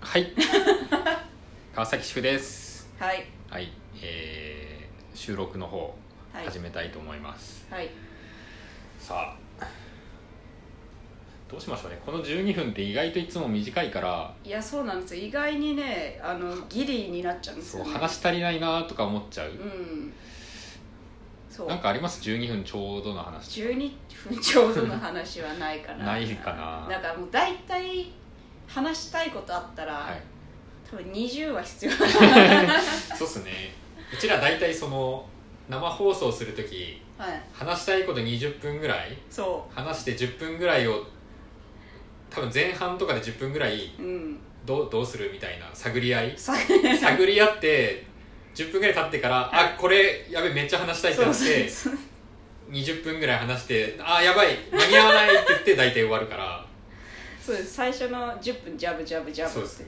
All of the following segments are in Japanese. はい。 川崎主婦です。はいはい、えー、収録の方はい始めたいと思います。はいさあ、どうしましょうね。この12分って意外といつも短いから、いやそうなんですよ意外にねあのギリになっちゃうんですそよ、うね、話足りないなとか思っちゃうう。んそうなんかあります ?12 分ちょうどの話。 12分ちょうどの話はないかなないかなだからもう大体話したいことあったら、はい。多分20は必要そうっすね。うちら大体その生放送するとき、はい話したいこと20分ぐらいそ話して10分ぐらいを多分前半とかで10分ぐらいううんどうどうするみたいな探り合いさ探り合って10分ぐらい経ってからあこれやべめっちゃ話したいってなっそうてそう20分ぐらい話してあやばい間に合わないって言って大体終わるからそうです最初の10分ジャブジャブジャブそうですね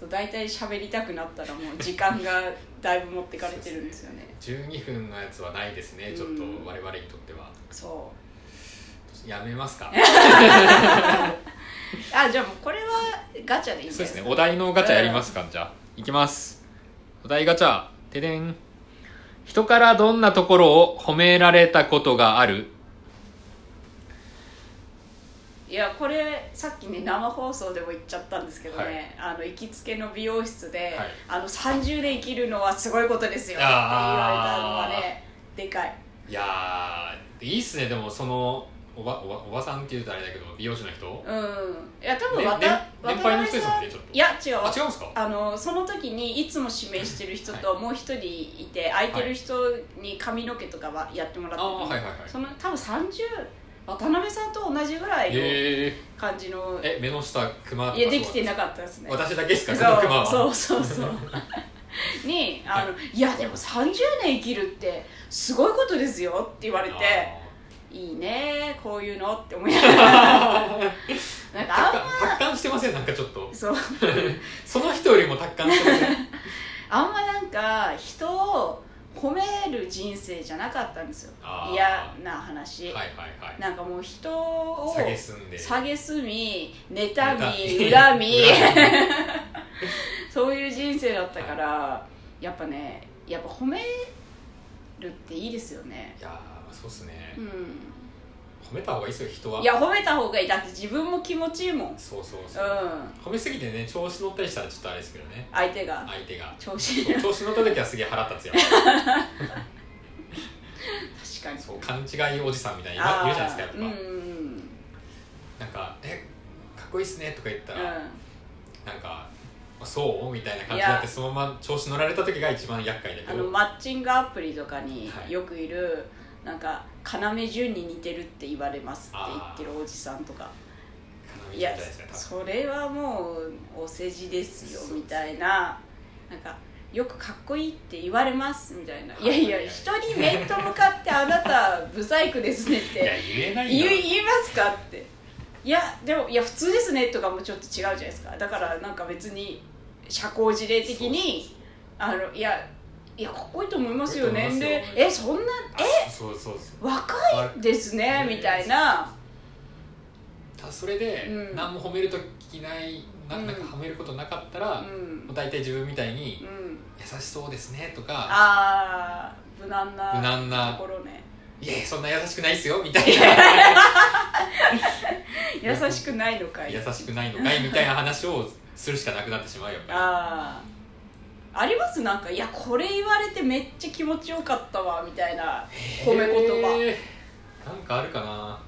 そう大体喋りたくなったらもう時間がだいぶ持ってかれてるんですよね12分のやつはないですねちょっとうん我々にとってはそうやめますかあじゃあもうこれはガチャでいいんそうですねねお題のガチャやりますかじゃあいきますお題ガチャてでん人からどんなところを褒められたことがあるいやこれさっきね生放送でも言っちゃったんですけどね、あの行きつけの美容室で、はいあの30年生きるのはすごいことですよって言あわーれたのがねでかいいやーいいっすねでもそのおばおばおばさんって言うとあれだけど美容師の人うんいや多分ねわた、ね年配の人ですもんね渡辺ちさょっといや違うあ違うんですかあのその時にいつも指名してる人ともう一人いて、空いてる人に髪の毛とかはやってもらってあて、あはいはいはいその多分30渡辺さんと同じぐらいのえ感じのー、え目の下クマとかいやできていなかったですね私だけしそかこうのクマはそうそうそう にあの、い、やでも30年生きるってすごいことですよ」って言われて「いいねこういうの」って思 いながらあーなんかあん達観ま達観してませんなんかちょっとそうその人よりも達観してませんあんまなんか人を褒める人生じゃなかったんですよあー嫌な話、はいはいはいなんかもう人を下げすんで下げすみ妬妬みみ恨み 恨 そういう人生だったからやっぱねやっぱ褒めるっていいですよねいやーそうっすね、うん褒めた方がいいっすよ人はいや褒めた方がいいだって自分も気持ちいいもんうんそうそうそう、褒めすぎてね調子乗ったりしたらちょっとあれですけどね相手が相手が調子いい確調子乗った時はすげえ腹 立つよかにそう勘違いおじさんみたいなあ今言ーうじゃないですかうやんっぱ、なんか「えかっこいいっすね」とか言ったうんら、なんか「そう?」みたいな感じにいなやってそのまま調子乗られた時が一番厄介だあけのどマッチングアプリとかにはいよくいる、なんか要潤に似てるって言われますって言ってるおじさんとか要いじゃやないですか多分それはもうお世辞ですよそうみたいななんかよくかっこいいって言われますみたいなはいいやいや人に面と向かってあなた不細工ですねっいやて言えない言いよ言いますかっていやでもいや普通ですねとかもちょっと違うじゃないですかだからなんか別に社交辞令的にあのいやいやかっこいいと思いますよかっこいいと年思いますよ齢えそんなえそうそうそう若わいですねみたいなたそれで、うん何も褒める時ないなうんなんか褒めることなかったら、うもんう大体自分みたいにう、ん優しそうですね」とかあー無難な無難なところね「いやいやそんな優しくないっすよ」みたいな優しくないのかい優しくないのかいみたいな話をするしかなくなってしまうやっぱりあーありますなんかいやこれ言われてめっちゃ気持ちよかったわみたいな 褒め言葉えーなんかあるかな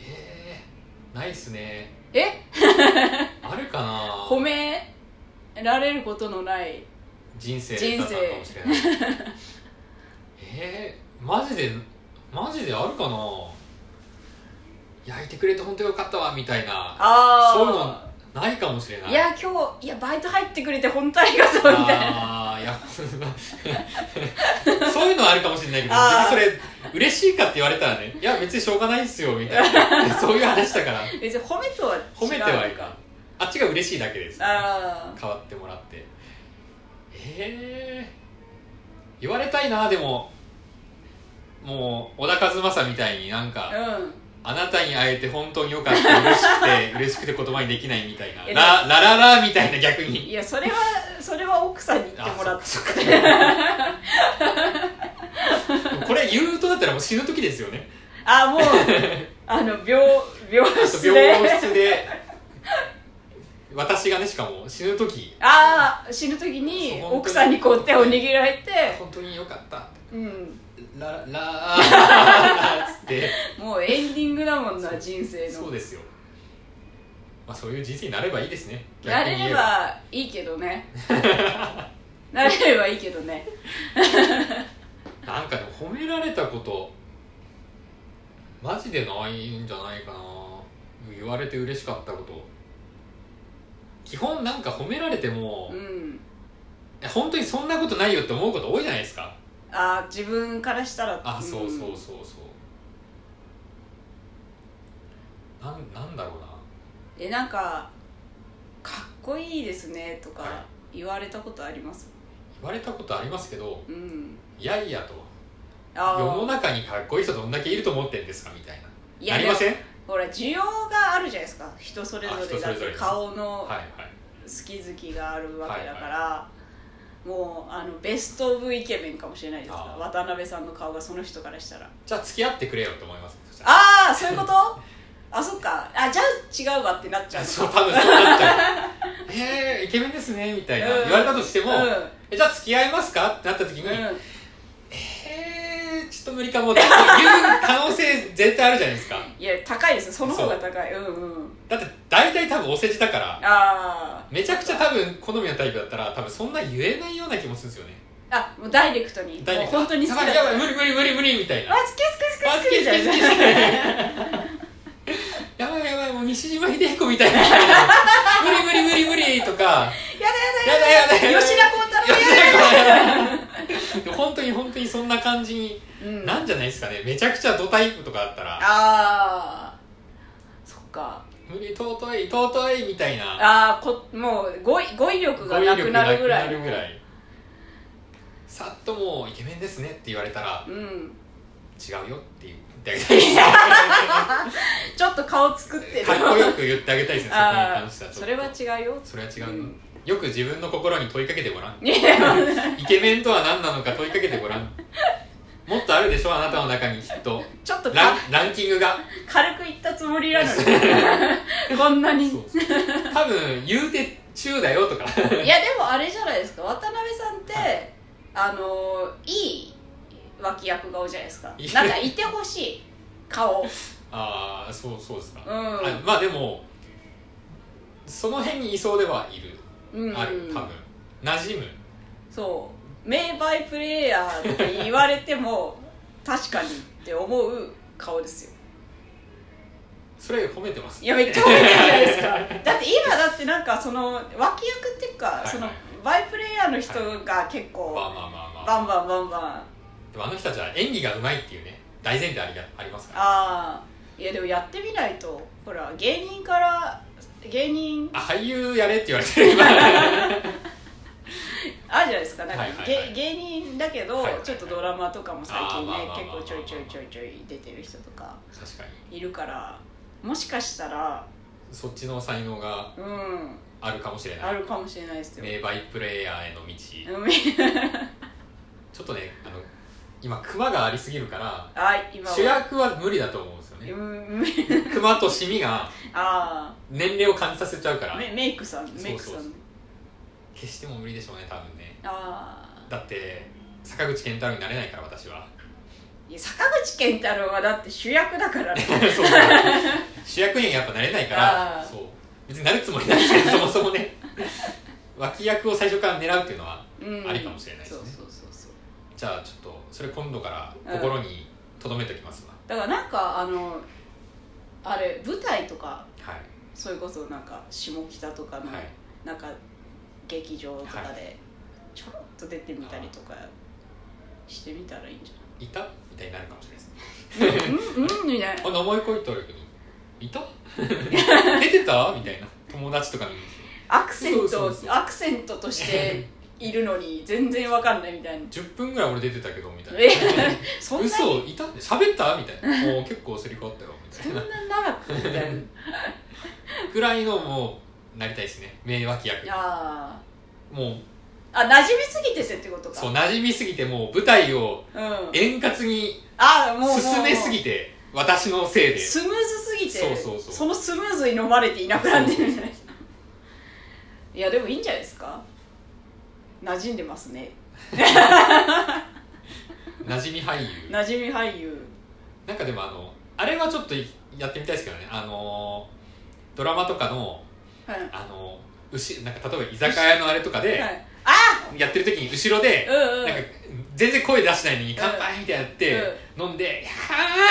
えー、ないっすねえあるかな褒められることのない人生人だ生ったかもしれない えー、マジでマジであるかな焼いてくれて本当よかったわみたいなああそういうのないかもしれないいや今日いやバイト入ってくれて本当ありがとうみたいなあーいや そういうのはあるかもしれないけどあー別にそれ嬉しいかって言われたらねいや別にしょうがないっすよみたい なそういう話だから別に褒めとは違う褒めてはいかんあっちが嬉しいだけですあ変わってもらってええー、言われたいなでももう小田和正みたいになんかあうんあなたに会えて本当によかった嬉しくて嬉しくて言葉にできないみたい ないやララララみたいな逆いにやそれはそれは奥さんに言ってもらっあてそっかそっかこれ言うとだったらもう死ぬ時ですよねあ もうあの病病あ室とで病室で私がねしかも死ぬ時ああ死ぬ時に奥さんにこう手を握られて、本当によかったうん、ラララっつってもうエンディングだもんな人生のそうですよ、まあ、そういう人生になればいいですねなれればいいけどね なれればいいけどねなんかでも褒められたことマジでないんじゃないかな言われて嬉しかったこと基本なんか褒められても、ういんや本当にそんなことないよって思うこと多いじゃないですかああ自分からしたらあそうそううんそうそう、なんなんだろうなえなんか「かっこいいですね」とはか言われたことあります言われたことありますけどうんいやいやとあ世のあ中にかっこいい人どんだけいると思ってんですかみたいいなやありでまもせんはほら需要があるじゃないですか人それぞあ人れそだれっぞれて顔のいはい好き好きがあるわけだから、もうあのベスト・オブ・イケメンかもしれないですかあー渡辺さんの顔がその人からしたらじゃあ付き合ってくれよと思いますそしたらああそういうこと あそっかあじゃあ違うわってなっちゃうそう多分そうなっちゃう えー、イケメンですねみたいなうん言われたとしても、うんえじゃあ付き合いますかってなった時に、うんえー、ちょっと無理かもって言う可能性絶対あるじゃないですかいや高いですよその方が高いううんうんだって大体多分お世辞だからああめちゃくちゃ多分好みのタイプだったら多分そんな言えないような気もするんですよねあもうダイレクトに大体もう本当に好きだやばいやばい無理無理無理無理みたいなあ好き好き好き好きみたいな好き好き好き やばいやばいもう西島秀彦みたいな無理無理無理無理とかやだやだやだややだだ吉田鋼太郎やでも本当に本当にそんな感じにうんなんじゃないですかねめちゃくちゃドタイプとかだったらああそっか無理尊い尊いみたいなああこもう語彙語彙力がなくなるぐらい語彙力なくなるぐらいさっともうイケメンですねって言われたらうん違うよって言ってあげたいですねちょっと顔作ってるかっこよく言ってあげたいですねそこにあ関してはあちょっとそれは違うよそれは違うの、うんよく自分の心に問いかけてごらんいやイケメンとは何なのか問いかけてごらんもっとあるでしょあなたの中にきっとちょっとラかンランキングが軽く言ったつもりなの にこんなにそうそう多分言うて中だよとかいやでもあれじゃないですか渡辺さんって、はいあのいい脇役顔じゃないですかいいなんかいてほしい顔ああそうそうですか、うんあまあでもその辺にいそうではいる、うんある多分馴染むそう名バイプレイヤーって言われても 確かにって思う顔ですよそれ褒めてますいやめっちゃ褒めてるじゃな いですかだって今だってなんかその脇役っていうか、いはいそのバイプレイヤーの人が結構、まあまあまあまあバンバンバンバンでもあの人たちは演技がうまいっていうね大前提ありがありますからああいやでもやってみないとほら芸人から芸人あ俳優やれって言われてる 今あるじゃないですかなんか、はいはいはいげ芸人だけど、はいはいはいちょっとドラマとかも最近ねあーまあまあまあ結まあ構ちょいちょいちょいちょい出てる人とか確かにいるからもしかしたらそっちの才能がうんあるかもしれなあいるかもしれないですよ、名バイプレイヤーへの道ちうんょ っとねあの今クマがありすぎるからあ今は主役は無理だと思うんですよねうん クマとシミがあ年齢を感じさせちゃうからあメメイクさんメイクさそんうそうそう決しても無理でしょうね多分ねああだって坂口健太郎になれないから私 はいや坂口健太郎はだって主役だから ねそう主役にはやっぱなれないかあらーそう別になるつもりないけどそもそもね 脇役を最初から狙うっていうのはうんありかもしれないですねそうそうそうそうじゃあちょっとそれ今度から心に留めておきますわ、だからなんかあのあれ舞台とかはいそれこそなんか下北とかの、はいなんか劇場とかはでちょろっと出てみたりとかしてみたらいいんじいたみたいになるかもしれないですゃないうんうんみたいなあ名前書いてあるけどい た出てたみたいな友達とかにアクセンそうそうトそう アクセントとしているのに全然わかんないみたいな10分ぐらい俺出てたけどみたえいそなんな 嘘にいた喋ったみたいなもう結構セリフあったよみたそいんなな長くみたい なくらいのもうなりたいですね名脇役あもうーあ馴染みすぎてせってことかそう馴染みすぎてもう舞台をうんあ円滑にあもうもう進めすぎて私のせいでスムーズすぎてそうそうそうのスムーズに飲まれていなくなってるみたいないやでもいいんじゃないですか馴染んでますね馴染み俳優馴染み俳優なんかでもあのあれはちょっといやってみたいですけどねあのードラマとかのはい、あのうしなんか例えば居酒屋のあれとかではい、あやってる時に後ろでう、んうんなんか全然声出してないのに乾杯みたいなやって、飲んで「いや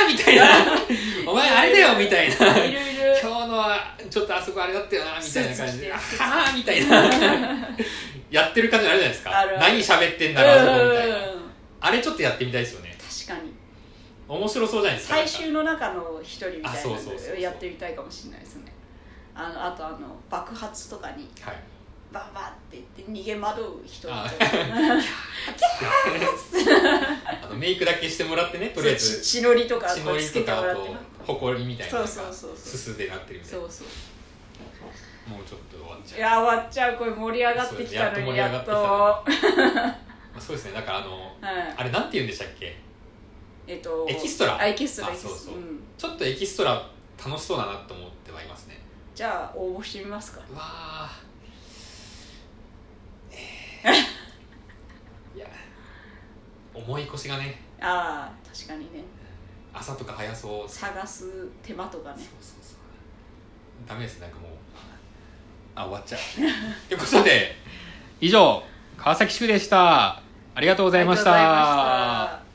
ー」みたいな 「お前あれだよ」みたいな「いるい今る日のはちょっとあそこあれだったよな」みたいな感じで「あスーツ着てはー」みたいな やってる感じあるじゃないですかあるあ何喋ってんだろうあそこみたいなうんあれちょっとやってみたいですよね確かに面白そうじゃないですか最終の中の一人みたいあなそうそうそうそうのやってみたいかもしれないですねあのあとあの爆発とかにはいバンバンって言って逃げ惑う人みたいあな あのメイクだけしてもらってねとりあえず血血のりとか血このうりつけとてかもらあってとほこりみたいなのがそうそうそうそうすすでなってるみたいそなうそうもうちょっと終わっちゃういや終わっちゃうこれ盛り上がってきたのそうにややっっと と盛まあそうですねだからあのはいあれなんて言うんでしたっけえっとエキストラあエキストラあエキストラそうそううんちょっとエキストラ楽しそうだなと思ってはいますねじゃあ応募してみますかうわあえー いや重い腰がねああ確かにね朝とか早そうそう探す手間とかねそうそうダメですなんかもうあ終わっ ちゃうということで以上川崎宿でしたありがとうごございましたありがとうございました